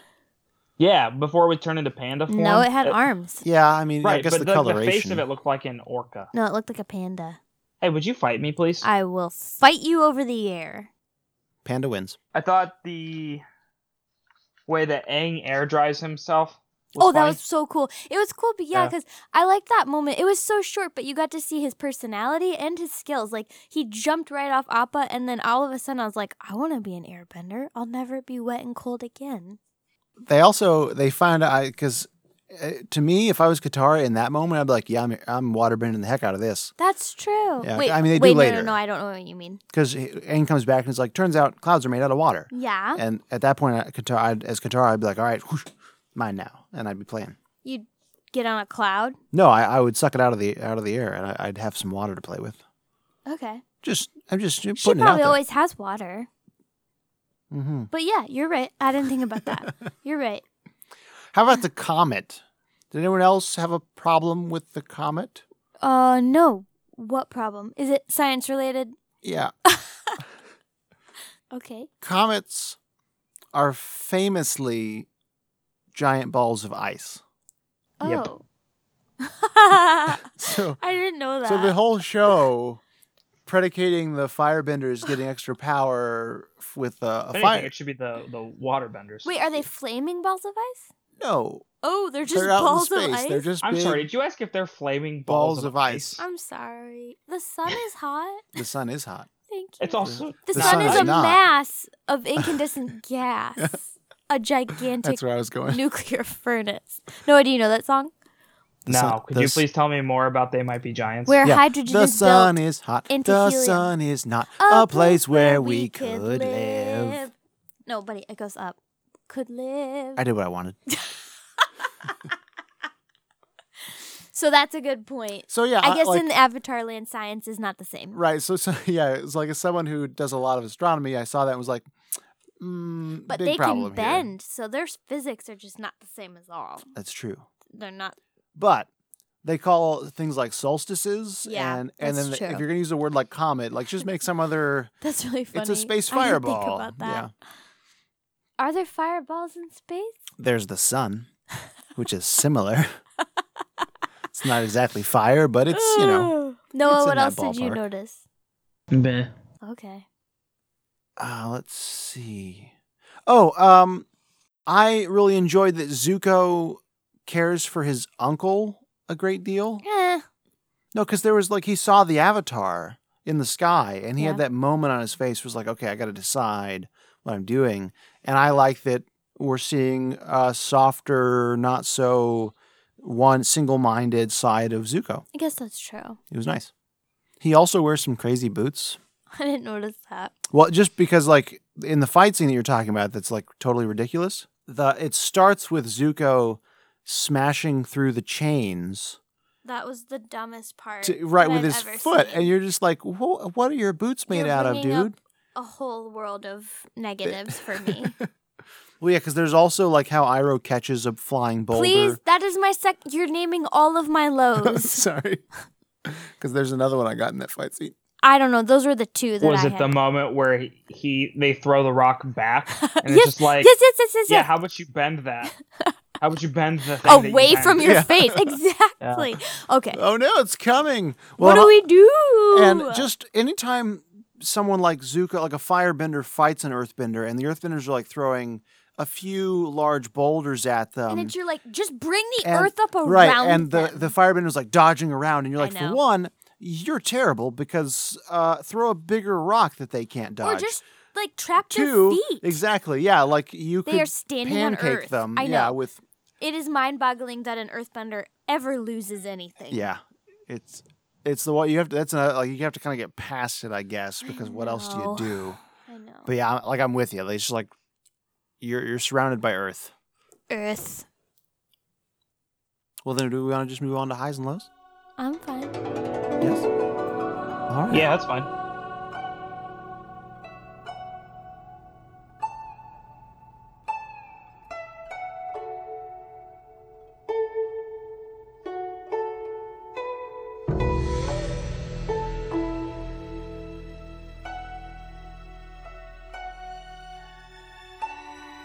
Yeah, before it would turn into panda form.
no, it had
It-
arms.
Yeah, I mean,
Right,
I guess
but
the,
the, the
coloration.
face of it looked like an orca.
No, it looked like a panda.
Hey, would you fight me, please?
I will fight you over the air.
Panda wins.
I thought the way that Aang air dries himself.
Oh, that
funny.
was so cool. It was cool, but yeah,
Yeah.
because I liked that moment. It was so short, but you got to see his personality and his skills. Like he jumped right off Appa, and then all of a sudden, I was like, I want to be an airbender. I'll never be wet and cold again.
they also they find out because uh, to me, if I was Katara in that moment, I'd be like, "Yeah, I'm, I'm waterbending the heck out of this."
That's true.
Yeah,
wait,
I mean, they do
wait, no,
later.
no, no. I don't know what you mean.
Because Aang comes back and it's like, "Turns out clouds are made out of water."
Yeah,
And at that point, I, Katara, I'd, as Katara, I'd be like, "All right, whoosh, mine now," and I'd be playing.
you get on a cloud.
No, I, I would suck it out of the out of the air, and I, I'd have some water to play with.
Okay.
Just I'm just putting
She
it out
probably
there.
always has water.
Mhm.
But yeah, you're right. I didn't think about that. you're right.
How about the comet? Did anyone else have a problem with the comet?
Uh, no. What problem? Is it science related?
Yeah,
Okay.
comets are famously giant balls of ice.
Yep.
Oh.
So
I didn't know that.
So the whole show, predicating the firebenders getting extra power f- with uh,
If
a
anything,
fire.
It should be the the waterbenders.
Wait, are they flaming balls of ice?
No,
Oh, they're just
they're out
balls
in space.
of ice.
They're just
I'm
big.
sorry. Did you ask if they're flaming
balls
balls,
of ice.
I'm sorry. The sun is hot.
The sun is hot.
Thank you.
It's also
the,
The
sun,
sun
is
is
a
not.
mass of incandescent gas. A gigantic
That's where I was going.
nuclear furnace. Noah, do you know that song?
The
no.
sun-
Could
the
you
s-
please tell me more about they might be giants?
Where
Yeah,
hydrogen
the
is
sun
built
is hot.
into
The
helium.
sun is not a place where we could live.
No, buddy, it goes up. Could live.
I did what I wanted.
so that's a good point.
So yeah,
I guess
like,
in Avatar Land, science is not the same.
right. So, so yeah, it's like as someone who does a lot of astronomy, I saw that and was like, mm,
But
big
they
problem
can
here.
bend, so their physics are just not the same as all.
That's true.
They're not.
but they call things like solstices
Yeah,
and and then
that's
the- if
true.
you're gonna use a word like comet like just make some other
That's really funny.
it's a space
I didn't
fireball
Think about that. Are there fireballs in space?
there's the sun which is similar. it's not exactly fire, but it's, you know,
Noah,
It's in
what
that
else did you
ballpark.
notice?
Meh.
Okay.
uh, let's see. Oh, um, I really enjoyed that Zuko cares for his uncle a great deal.
Eh.
No, because there was like he saw the avatar in the sky, and he had
Yeah.
that moment on his face. Was like, okay, I got to decide what I'm doing. And I like that we're seeing a softer, not so one single-minded side of Zuko.
I guess that's true.
It was nice. He also wears some crazy boots.
I didn't notice that.
Well, just because like in the fight scene that you're talking about, that's like totally ridiculous. The it starts with Zuko smashing through the chains.
That was the dumbest part.
to, right with his foot, and you're just like, Whoa, "What are your boots made
You're
out of,
bringing up
dude?"
a whole world of negatives for me.
Well, yeah, because there's also like how Iroh catches a flying boulder.
Please, that is my sec. You're naming all of my lows.
sorry, because there's another one I got in that fight scene.
I don't know. Those were the two that
Was
I
it
had.
the moment where he, he they throw the rock back and
yes,
it's just like
yes, yes, yes, yes,
yeah,
yes.
how would you bend that? How would you bend the thing that you
Away
bend?
from your
Yeah.
face, exactly. Okay.
Oh no, it's coming!
what do we do?
And just anytime someone like Zuko, like a firebender, fights an earthbender, and the earthbenders are like throwing a few large boulders at them.
and it's you're like, just bring the
um, and-
earth up around
right and the
them.
the firebender's like dodging around and you're
I
like for
know.
one you're terrible because uh, throw a bigger rock that they can't
or
dodge
just like trap
two
their feet.
exactly yeah like you
They
could
are standing on
pancake
earth.
them
I
yeah
know.
with
It is mind-boggling that an earthbender ever loses anything.
yeah it's it's the one you have to that's another, like you have to kind of get past it i guess because what else do you
know.
do
I know.
but yeah I'm- like i'm with you they just like you're you're surrounded by earth
earth.
well then do we want to just move on to highs and lows
I'm fine.
yes all right
Yeah, that's fine.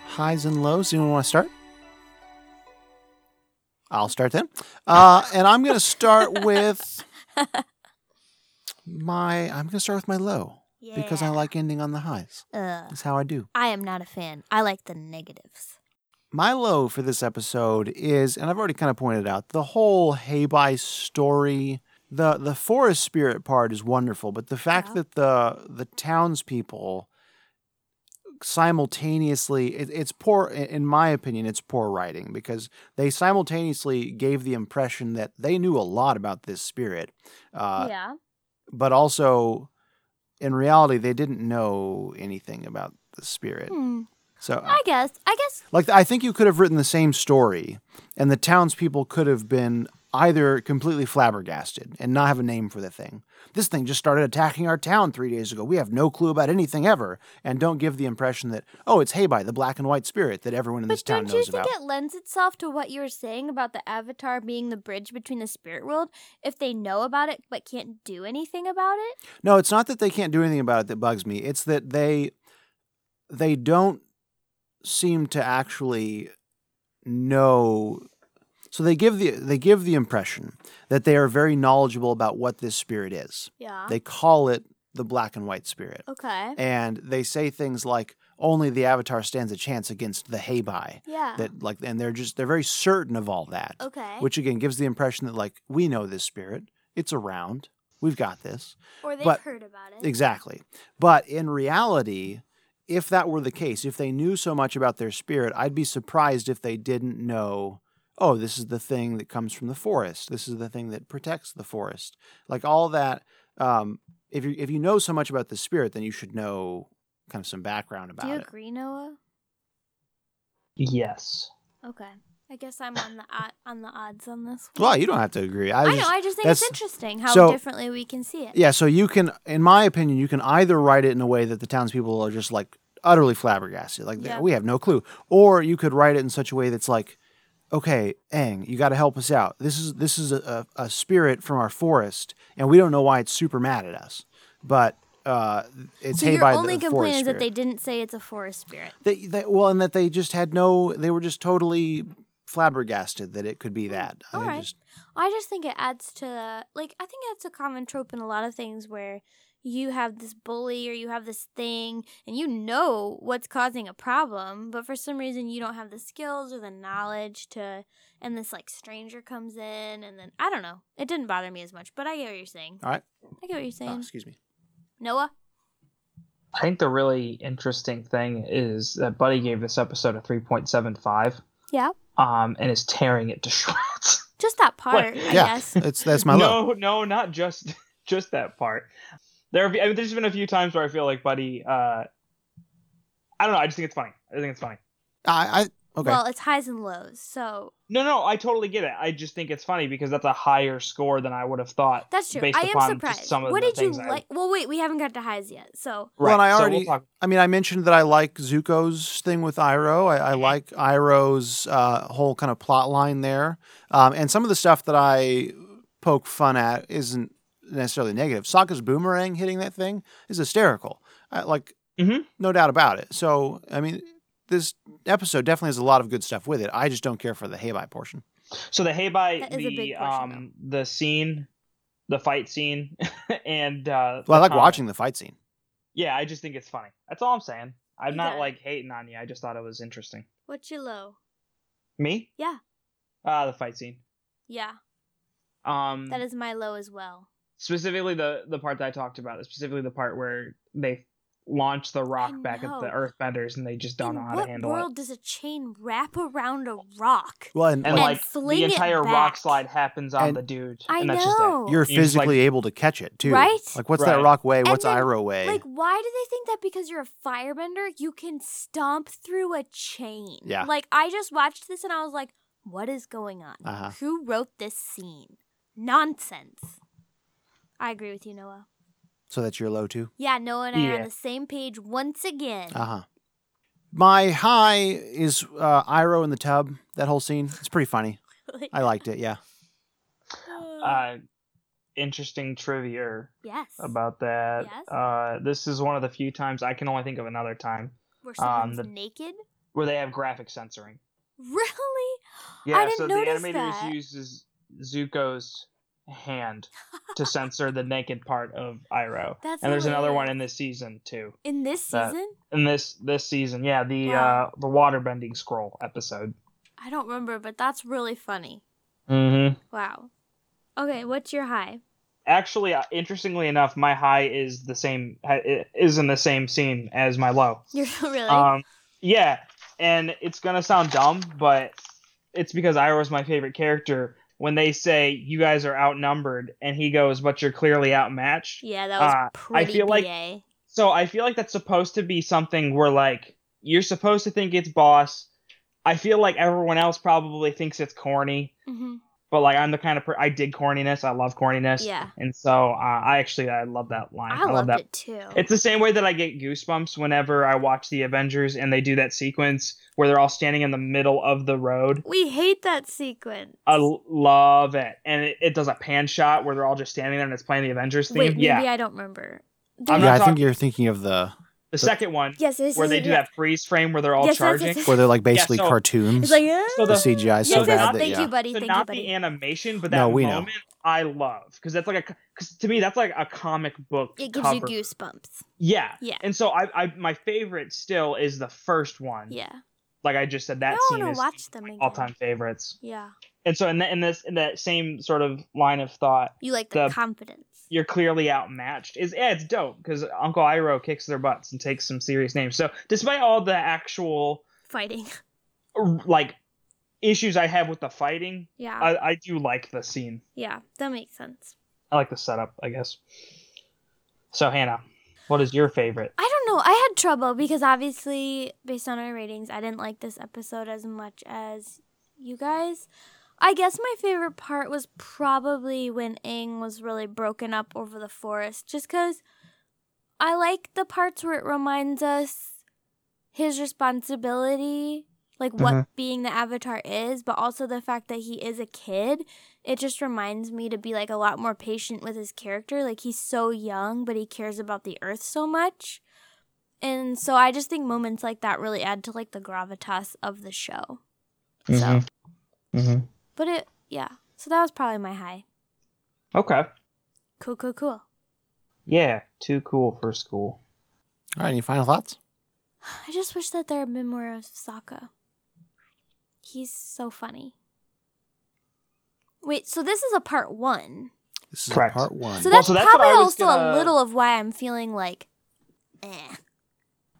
highs and lows. Anyone want to start? I'll start then. Uh, and I'm going to start with my. I'm going to start with my low because I
Yeah.
like ending on the highs.
Ugh.
That's how I do.
I am not a fan. I like the negatives.
My low for this episode is, and I've already kind of pointed out, the whole Haybai story. The the forest spirit part is wonderful, but the fact
Yeah.
that the the townspeople simultaneously it, it's poor in in my opinion it's poor writing because they simultaneously gave the impression that they knew a lot about this spirit uh,
yeah.
but also in reality they didn't know anything about the spirit
Hmm.
so
I guess. I guess.
like I think you could have written the same story, and the townspeople could have been either completely flabbergasted and not have a name for the thing. This thing just started attacking our town three days ago. We have no clue about anything ever, and don't give the impression that oh, it's Haybai, the black and white spirit that everyone in
But
this town
don't you
knows
think
about.
it lends itself to what you were saying about the avatar being the bridge between the spirit world? If they know about it but can't do anything about it?
No, it's not that they can't do anything about it that bugs me. It's that they they don't seem to actually know so they give the they give the impression that they are very knowledgeable about what this spirit is.
Yeah.
They call it the black and white spirit.
Uh-huh. okay.
And they say things like only the avatar stands a chance against the Haybai.
yeah.
That like and they're just they're very certain of all that.
okay.
Which again gives the impression that like we know this spirit. It's around. We've got this.
or they've
but-
heard about it.
Exactly. But in reality, if that were the case, if they knew so much about their spirit, I'd be surprised if they didn't know, oh, this is the thing that comes from the forest. This is the thing that protects the forest. Like all that. Um, if you if you know so much about the spirit, then you should know kind of some background about
do you
it.
agree, Noah?
Yes.
Okay. I guess I'm on the o- on the odds on this one.
Well, you don't have to agree. I,
I,
was
know.
just-
I just think it's
that's-
interesting how
so-
differently we can see it.
Yeah, so you can, in my opinion, you can either write it in a way that the townspeople are just like utterly flabbergasted, like
Yeah.
we have no clue, or you could write it in such a way that's like, okay, Aang, you got to help us out. This is this is a, a, a spirit from our forest, and we don't know why it's super mad at us, but uh, it's
So
hey
your
by
only
the
complaint
forest
is that
spirit.
they didn't say it's a forest spirit.
They, they, well, and that they just had no, they were just totally flabbergasted that it could be that. I
Hmm. All right.
just ah,
I just think it adds to the like I think that's a common trope in a lot of things where you have this bully or you have this thing and you know what's causing a problem, but for some reason you don't have the skills or the knowledge to and this like stranger comes in and then I don't know. It didn't bother me as much, but I get what you're saying.
all right.
I get what you're
Oh,
saying.
excuse me.
Noah?
I think the really interesting thing is that Buddy gave this episode a 3.75,
Yeah.
um, and is tearing it to shreds.
Just that part, I
yeah,
guess.
that's that's my low.
no, no, not just just that part. There, have, I mean, there's been a few times where I feel like Buddy. Uh, I don't know. I just think it's funny. I think it's funny.
I, I okay.
Well, it's highs and lows, so
No, no, I totally get it. I just think it's funny because that's a higher score than I would have thought.
that's true.
Based
I am
upon
surprised.
just some of
what
the
did you
things I-
like? Well, wait, we haven't got to highs yet, so
Well, and I
so
already-
talk-
I mean, I mentioned that I like Zuko's thing with Iroh. I, I
Mm-hmm.
like Iroh's uh, whole kind of plot line there. Um, and some of the stuff that I poke fun at isn't necessarily negative. Sokka's boomerang hitting that thing is hysterical. I, like,
Mhm.
no doubt about it. So, I mean, this episode definitely has a lot of good stuff with it. I just don't care for the Heibai portion.
So the hey by
That is a
the
big portion,
um the scene, the fight scene, and uh,
Well, I like
the comment.
watching the fight scene.
Yeah, I just think it's funny. That's all I'm saying. I'm
You got
not
it.
like hating on you. I just thought it was interesting.
what's your low?
Me?
Yeah.
Ah, the fight scene.
Yeah,
Um,
that is my low as well.
specifically the the part that I talked about. Specifically the part where they launch the rock back at
know.
the Earthbenders and they just don't
In
know how
what
to handle
world does a chain wrap around a rock?
Well, and,
it. And,
And
like,
like
sling
the
it
entire rock
back.
slide happens on
And-
the dude.
I
and that's just it.
know.
you're
You just, like-
physically able to catch it, too.
Right?
Like, what's that
Right.
rock way? What's
then,
Iroh way?
like, why do they think that because you're a firebender, you can stomp through a chain?
Yeah.
Like, I just watched this and I was like, what is going on?
Uh-huh.
Who wrote this scene? Nonsense. I agree with you, Noah.
so that's your low, too?
Yeah, Noah and I are
Yeah. Uh-huh.
on the same page once again.
Uh huh. My high is uh, Iroh in the tub. That whole scene. It's pretty funny.
Like,
I liked it. Yeah.
Uh, interesting trivia
yes.
about that.
Yes.
Uh, this is one of the few times I can only think of another time
Where
um,
someone's
the-
naked?
where they have graphic censoring.
Really?
Yeah,
didn't
so
notice
the animators
that.
uses Zuko's hand to censor the naked part of Iroh.
That's
and there's another one
hilarious.
in this season too.
In this
That-
season?
In this this season, yeah, the
Wow.
uh the waterbending scroll episode.
I don't remember, but that's really funny.
Mm-hmm.
Wow. Okay, what's your high?
Actually, uh, interestingly enough, my high is the same ha- i- is in the same scene as my low.
You're really
Um, yeah, and it's gonna sound dumb, but it's because Iroh's my favorite character. When they say you guys are outnumbered, and he goes, "But you're clearly outmatched."
Yeah, that was
uh, I
pretty
feel
BA.
like- So I feel like that's supposed to be something where like you're supposed to think it's boss. I feel like everyone else probably thinks it's corny,
hmm
but like I'm the kind of per- I dig corniness. I love corniness.
Yeah.
And so uh, I actually I love that line.
I,
I, love
loved
that
it too.
it's the same way that I get goosebumps whenever I watch the Avengers and they do that sequence where they're all standing in the middle of the road.
we hate that sequence.
I l- love it. And it, it does a pan shot where they're all just standing there and it's playing the Avengers theme.
Wait, maybe
yeah.
I don't remember.
I'm
yeah,
not
I think
talking-
you're thinking of the
The second one
Yes, this
where they
is-
do
yeah.
that freeze frame where they're all
Yes, yes, yes,
charging.
yes.
where they're like basically
so-
cartoons.
It's like, eh?
So
the
the-
CGI is so
yes,
bad
not-
that
thank
yeah.
you, buddy.
So
thank you,
not
buddy.
the animation, but that
No, we know.
moment I love because that's like a because to me that's like a comic book.
it gives
cover.
you goosebumps.
Yeah,
Yeah.
And so I, I my favorite still is the first one.
Yeah.
Like I just said, that
I
scene
want
is
to watch them again.
all time favorites.
Yeah.
And so in that in this in that same sort of line of thought,
You like the,
The-
confidence.
you're clearly outmatched. Is yeah, it's dope because Uncle Iroh kicks their butts and takes some serious names. So despite all the actual
Fighting.
er, like issues I have with the fighting,
Yeah.
I, I do like the scene.
yeah. That makes sense.
I like the setup, I guess. So Hannah, what is your favorite?
I don't know. I had trouble because obviously, based on our ratings, I didn't like this episode as much as you guys. I guess my favorite part was probably when Aang was really broken up over the forest, just because I like the parts where it reminds us his responsibility, like what being the Avatar is, but also the fact that he is a kid. It just reminds me to be like a lot more patient with his character. Like he's so young, but he cares about the earth so much. And so I just think moments like that really add to like the gravitas of the show. So
Mm-hmm.
But it, yeah. So that was probably my high.
Okay.
Cool, cool, cool.
Yeah, too cool for school.
All right, any final thoughts?
I just wish that there had been more of Sokka. He's so funny. Wait, so this is a part one.
This is
Correct.
part one.
So
Well,
that's
so that's what
probably
I was
also a
gonna-
little of why I'm feeling like, eh.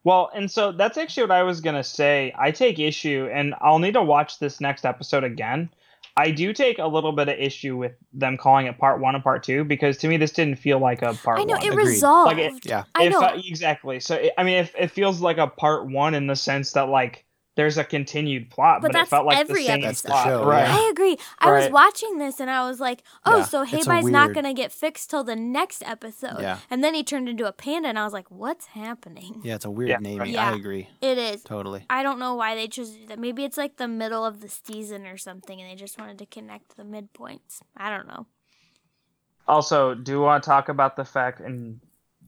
Well, and so that's actually what I was going to say. I take issue, and I'll need to watch this next episode again. I do take a little bit of issue with them calling it part one and part two because to me, this didn't feel like a part
I know
one.
it
Agreed.
resolved.
Like it-
yeah.
I
It
know.
fe- exactly. So it, I mean, it, it feels like a part one in the sense that like there's a continued plot,
But
but, it
that's
felt like
every
the same
That's the
plot,
show,
right?
yeah.
I agree. I was
Right.
watching this and I was like, oh,
Yeah,
so
it's a
Heibei's not
weird-
going to get fixed till the next episode.
Yeah.
And then he turned into a panda and I was like, what's happening?
Yeah, it's a weird
Yeah,
name.
right.
I
Yeah.
agree.
It is.
Totally.
I don't know why they chose to do that. Maybe it's like the middle of the season or something and they just wanted to connect the midpoints. I don't know.
Also, do you want to talk about the fact, and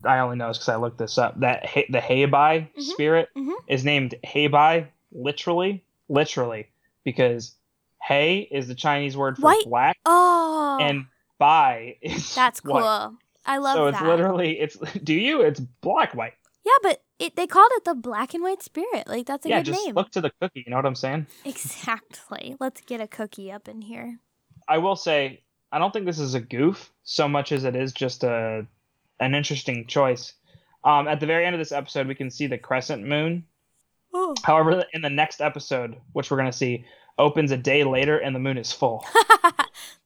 I only know this because I looked this up, that he, the Heibai spirit
mhm.
is named Heibai literally, literally, because Hei is the Chinese word for
White.
black,
Oh,
and Bai is
that's cool.
white.
I love
so
that.
it's literally, it's do you? It's black white.
yeah, but it, they called it the black and white spirit. Like, that's a
yeah,
good
just
name.
look to the cookie. You know what I'm saying?
Exactly. Let's get a cookie up in here.
I will say, I don't think this is a goof so much as it is just a an interesting choice. Um, at the very end of this episode, we can see the crescent moon.
Oh.
However, in the next episode, which we're going to see, opens a day later and the moon is full.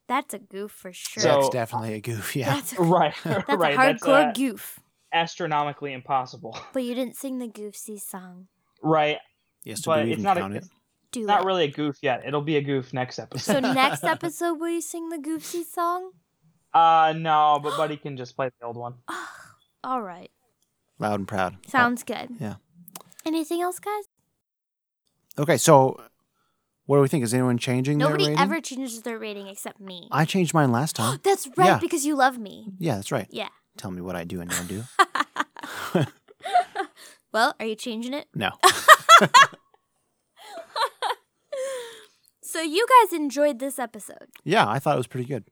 that's a goof for sure.
So-
that's definitely a goof. Yeah.
that's a,
right,
that's
right.
a hardcore
that's uh,
goof.
astronomically impossible.
But you didn't sing the goofy song.
Right,
Yes, do
but
we
it's
even
not a-
count it?
Do
not
it.
really a goof yet. It'll be a goof next
So
episode.
next episode, will you sing the goofy song?
uh, no, but Buddy can just play the old one.
All right.
Loud and proud.
Sounds good.
yeah.
Anything else, guys?
Okay, so what do we think? Is anyone changing
Nobody
their rating?
ever changes their rating except me.
I changed mine last time.
That's right,
Yeah. Mm.
because you love me.
yeah, that's right.
Yeah.
Tell me what I do and don't do.
Well, are you changing it?
No.
So you guys enjoyed this episode.
yeah, I thought it was pretty good.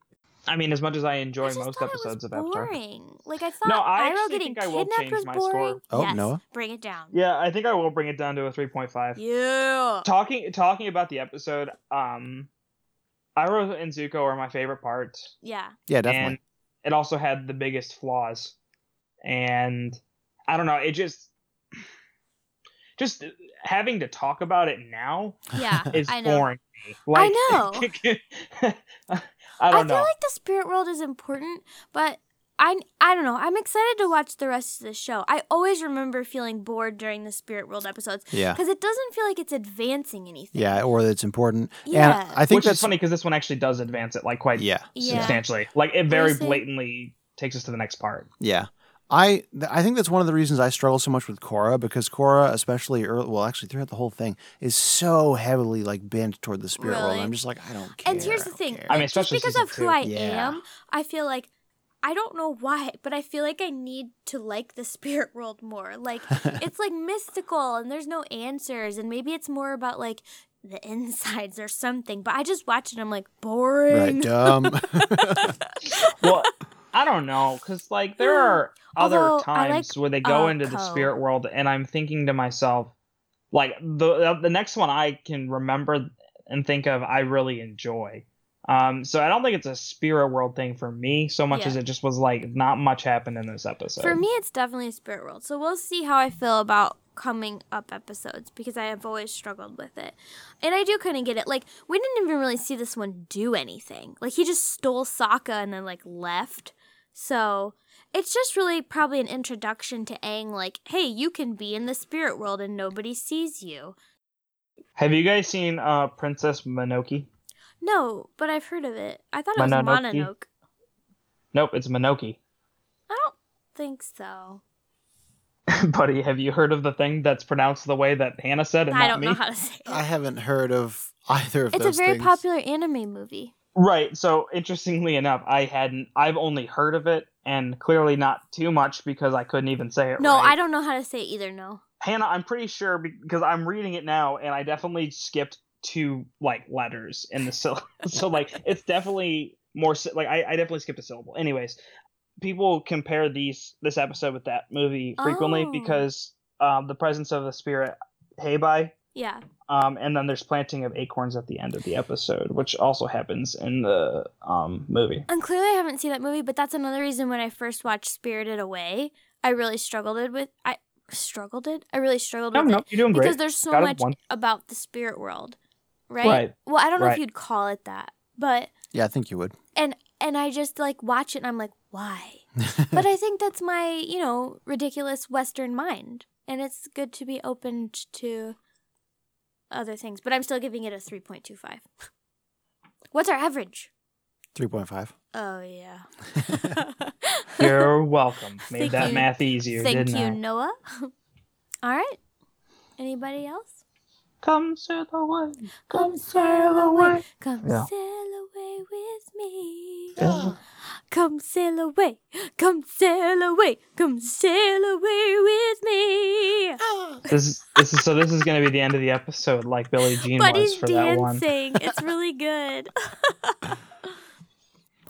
I mean, as much as I enjoy
I just
most
thought
episodes
it
of
was
Avatar.
boring. Like I thought,
No,
Iroh
I actually
getting
think I will
kidnapped
change
was
my score.
boring.
Oh,
yes.
Noah?
bring it down.
Yeah, I think I will bring it down to a 3.5.
Yeah.
Talking talking about the episode, um Iroh and Zuko are my favorite parts.
Yeah.
Yeah, definitely.
And it also had the biggest flaws. And I don't know, it just just having to talk about it now
Yeah.
is
I know.
boring to me. Like,
I
I
I
don't
feel
know.
like the spirit world is important, but I I don't know. I'm excited to watch the rest of the show. I always remember feeling bored during the spirit world episodes
yeah.
because it doesn't feel like it's advancing anything.
Yeah, or that's important.
Yeah.
And I think
Which
that's
is funny because this one actually does advance it like quite
Yeah.
Yeah.
substantially. Like it
were you
very
saying?
blatantly takes us to the next part.
Yeah. I th- I think that's one of the reasons I struggle so much with Korra because Korra, especially early, well, actually throughout the whole thing, is so heavily like bent toward the spirit world.
Really?
I'm just like, I don't care.
And
I
here's the
don't
thing.
care.
I mean,
like, just
especially
because
season
of who
two.
I
Yeah.
am, I feel like I don't know why, but I feel like I need to like the spirit world more. Like it's like mystical and there's no answers and maybe it's more about like the insides or something. But I just watch it and I'm like boring.
right, dumb.
well, I don't know, because like there are other
Hmm. Although, I
times
like
where they go
uh,
into the
Ko.
spirit world, and I'm thinking to myself, like the the next one I can remember and think of, I really enjoy. Um, so I don't think it's a spirit world thing for me so much
Yeah.
as it just was like not much happened in this episode.
For me, it's definitely a spirit world. So we'll see how I feel about coming up episodes because I have always struggled with it. And I do kind of get it. Like, we didn't even really see this one do anything. Like, he just stole Sokka and then, like, left. So it's just really probably an introduction to Aang, like, hey, you can be in the spirit world and nobody sees you.
have you guys seen uh, Princess Monoki?
No, but I've heard of it. I thought it was
Mononoke?
Mononoke.
Nope, it's Monoki.
I don't think so.
Buddy, have you heard of the thing that's pronounced the way that Hannah said and
I
not
don't
me?
know how to say it.
I haven't heard of either of
It's a
those
very
things.
popular anime movie.
Right. So interestingly enough, I hadn't. I've only heard of it, and clearly not too much because I couldn't even say it.
No,
right.
I don't know how to say it either. No.
Hannah, I'm pretty sure because I'm reading it now, and I definitely skipped two like letters in the syllable. so like it's definitely more sy- like I, I definitely skipped a syllable. Anyways, people compare these this episode with that movie frequently
Oh.
because um, the presence of the spirit Heibai,
Yeah.
um, and then there's planting of acorns at the end of the episode, which also happens in the um, movie.
And clearly, I haven't seen that movie, but that's another reason when I first watched Spirited Away, I really struggled it with. I struggled it. I really struggled
No,
with
no,
it
you're doing
because
great.
there's so
Got it
much
once.
about the spirit world, right?
Right.
Well, I don't know if
Right.
you'd call it that, but
Yeah, I think you would.
and and I just like watch it and I'm like, why? but I think that's my you know ridiculous Western mind, and it's good to be opened to other things. But I'm still giving it a three point two five. What's our average?
3.5.
Oh yeah.
You're welcome. Made
Thank
that
you.
math easier,
Thank
didn't
you,
I?
Noah. All right. Anybody else?
Come sail away.
Come sail away. Come sail away with me. Come sail away. Come sail away. Come sail away with me.
This is, this is so. This is going to be the end of the episode, like Billie Jean
but
was
he's
for that one.
dancing. It's really good.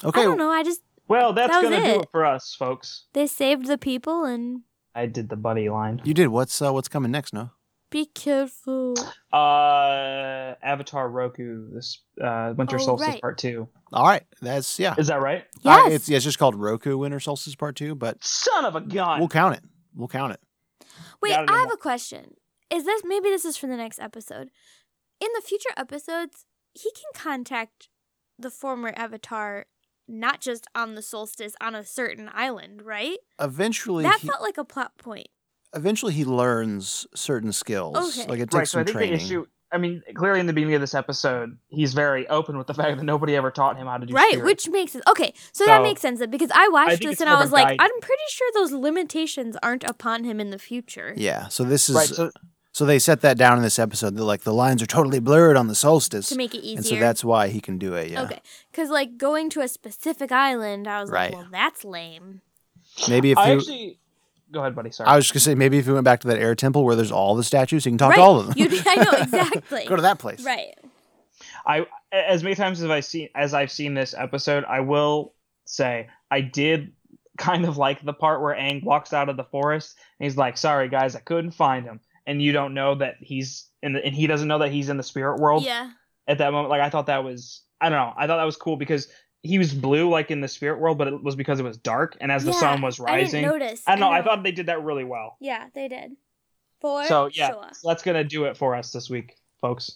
Okay.
I don't know. I just
Well, that's
That was
going to do
it.
it for us, folks.
they saved the people and
I did the buddy line.
You did. What's uh, what's coming next, no?
be careful.
Uh, Avatar Roku, this uh, Winter
Oh,
Solstice
right.
Part Two.
All right. That's, yeah.
Is that right?
Uh,
Yes.
it's, yeah, it's just called Roku Winter Solstice Part 2, but
Son of a gun.
we'll count it. We'll count it.
Wait,
Gotta do
I have
more.
a question. Is this maybe this is for the next episode? In the future episodes, he can contact the former avatar not just on the solstice on a certain island, right?
Eventually,
That
he,
felt like a plot point.
eventually he learns certain skills.
Okay.
Like it takes
right. So
some
I think
training.
the issue. I mean, clearly in the beginning of this episode, he's very open with the fact that nobody ever taught him how to do
Right,
spirit.
which makes it okay. So, that
So,
makes sense then, because I watched
think
this
it's
and
more
I
of a
was like,
guide.
I'm pretty sure those limitations aren't upon him in the future.
yeah. So this is
right. So
so they set that down in this episode. They're like the lines are totally blurred on the solstice,
To make it easier.
and so that's why he can do it. Yeah.
Okay, because like going to a specific island, I was
Right.
like, well, that's lame.
Maybe if
I
you,
actually. Go ahead, buddy. Sorry.
I was just gonna say maybe if we went back to that air temple where there's all the statues, he can talk
right?
to all of them.
You'd- I know exactly.
Go to that place.
Right.
I as many times as I see as I've seen this episode, I will say I did kind of like the part where Aang walks out of the forest and he's like, "Sorry guys, I couldn't find him." And you don't know that he's in the, and he doesn't know that he's in the spirit world
Yeah.
at that moment. Like I thought that was I don't know. I thought that was cool because he was blue like in the spirit world, but it was because it was dark and as the
Yeah,
sun was
I
rising.
didn't notice.
I don't know, I thought they did that really well.
Yeah, they did. For
So yeah,
sure.
so that's gonna do it for us this week, folks.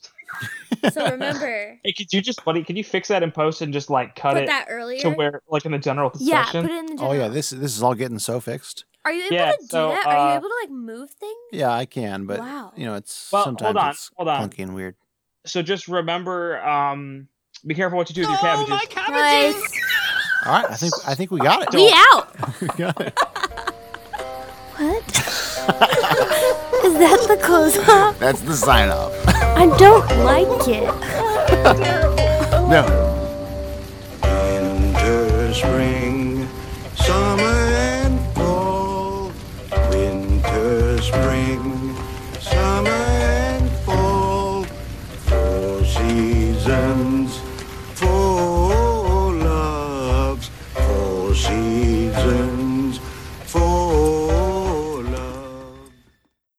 So remember,
Hey, could you just, buddy? Could you fix that in post and just like cut
put
it
that earlier.
to where like in the general
yeah,
discussion.
put it in the. General.
Oh yeah, this this is all getting so fixed.
Are you able
Yeah,
to do
so,
that? Are
uh,
you able to like move things?
Yeah, I can, but
Wow.
you know it's
Well, hold
sometimes
on,
it's
hold on.
clunky and weird.
so just remember, um, be careful what you do with your
Oh,
cabbages.
my cabbages!
Nice.
All right, I think I think we got it.
We out.
we got it.
What? Is that the close up?
That's the sign off.
I don't like it. Oh,
No.
Winter, spring, summer, and fall. Winter, spring, summer, and fall. Four seasons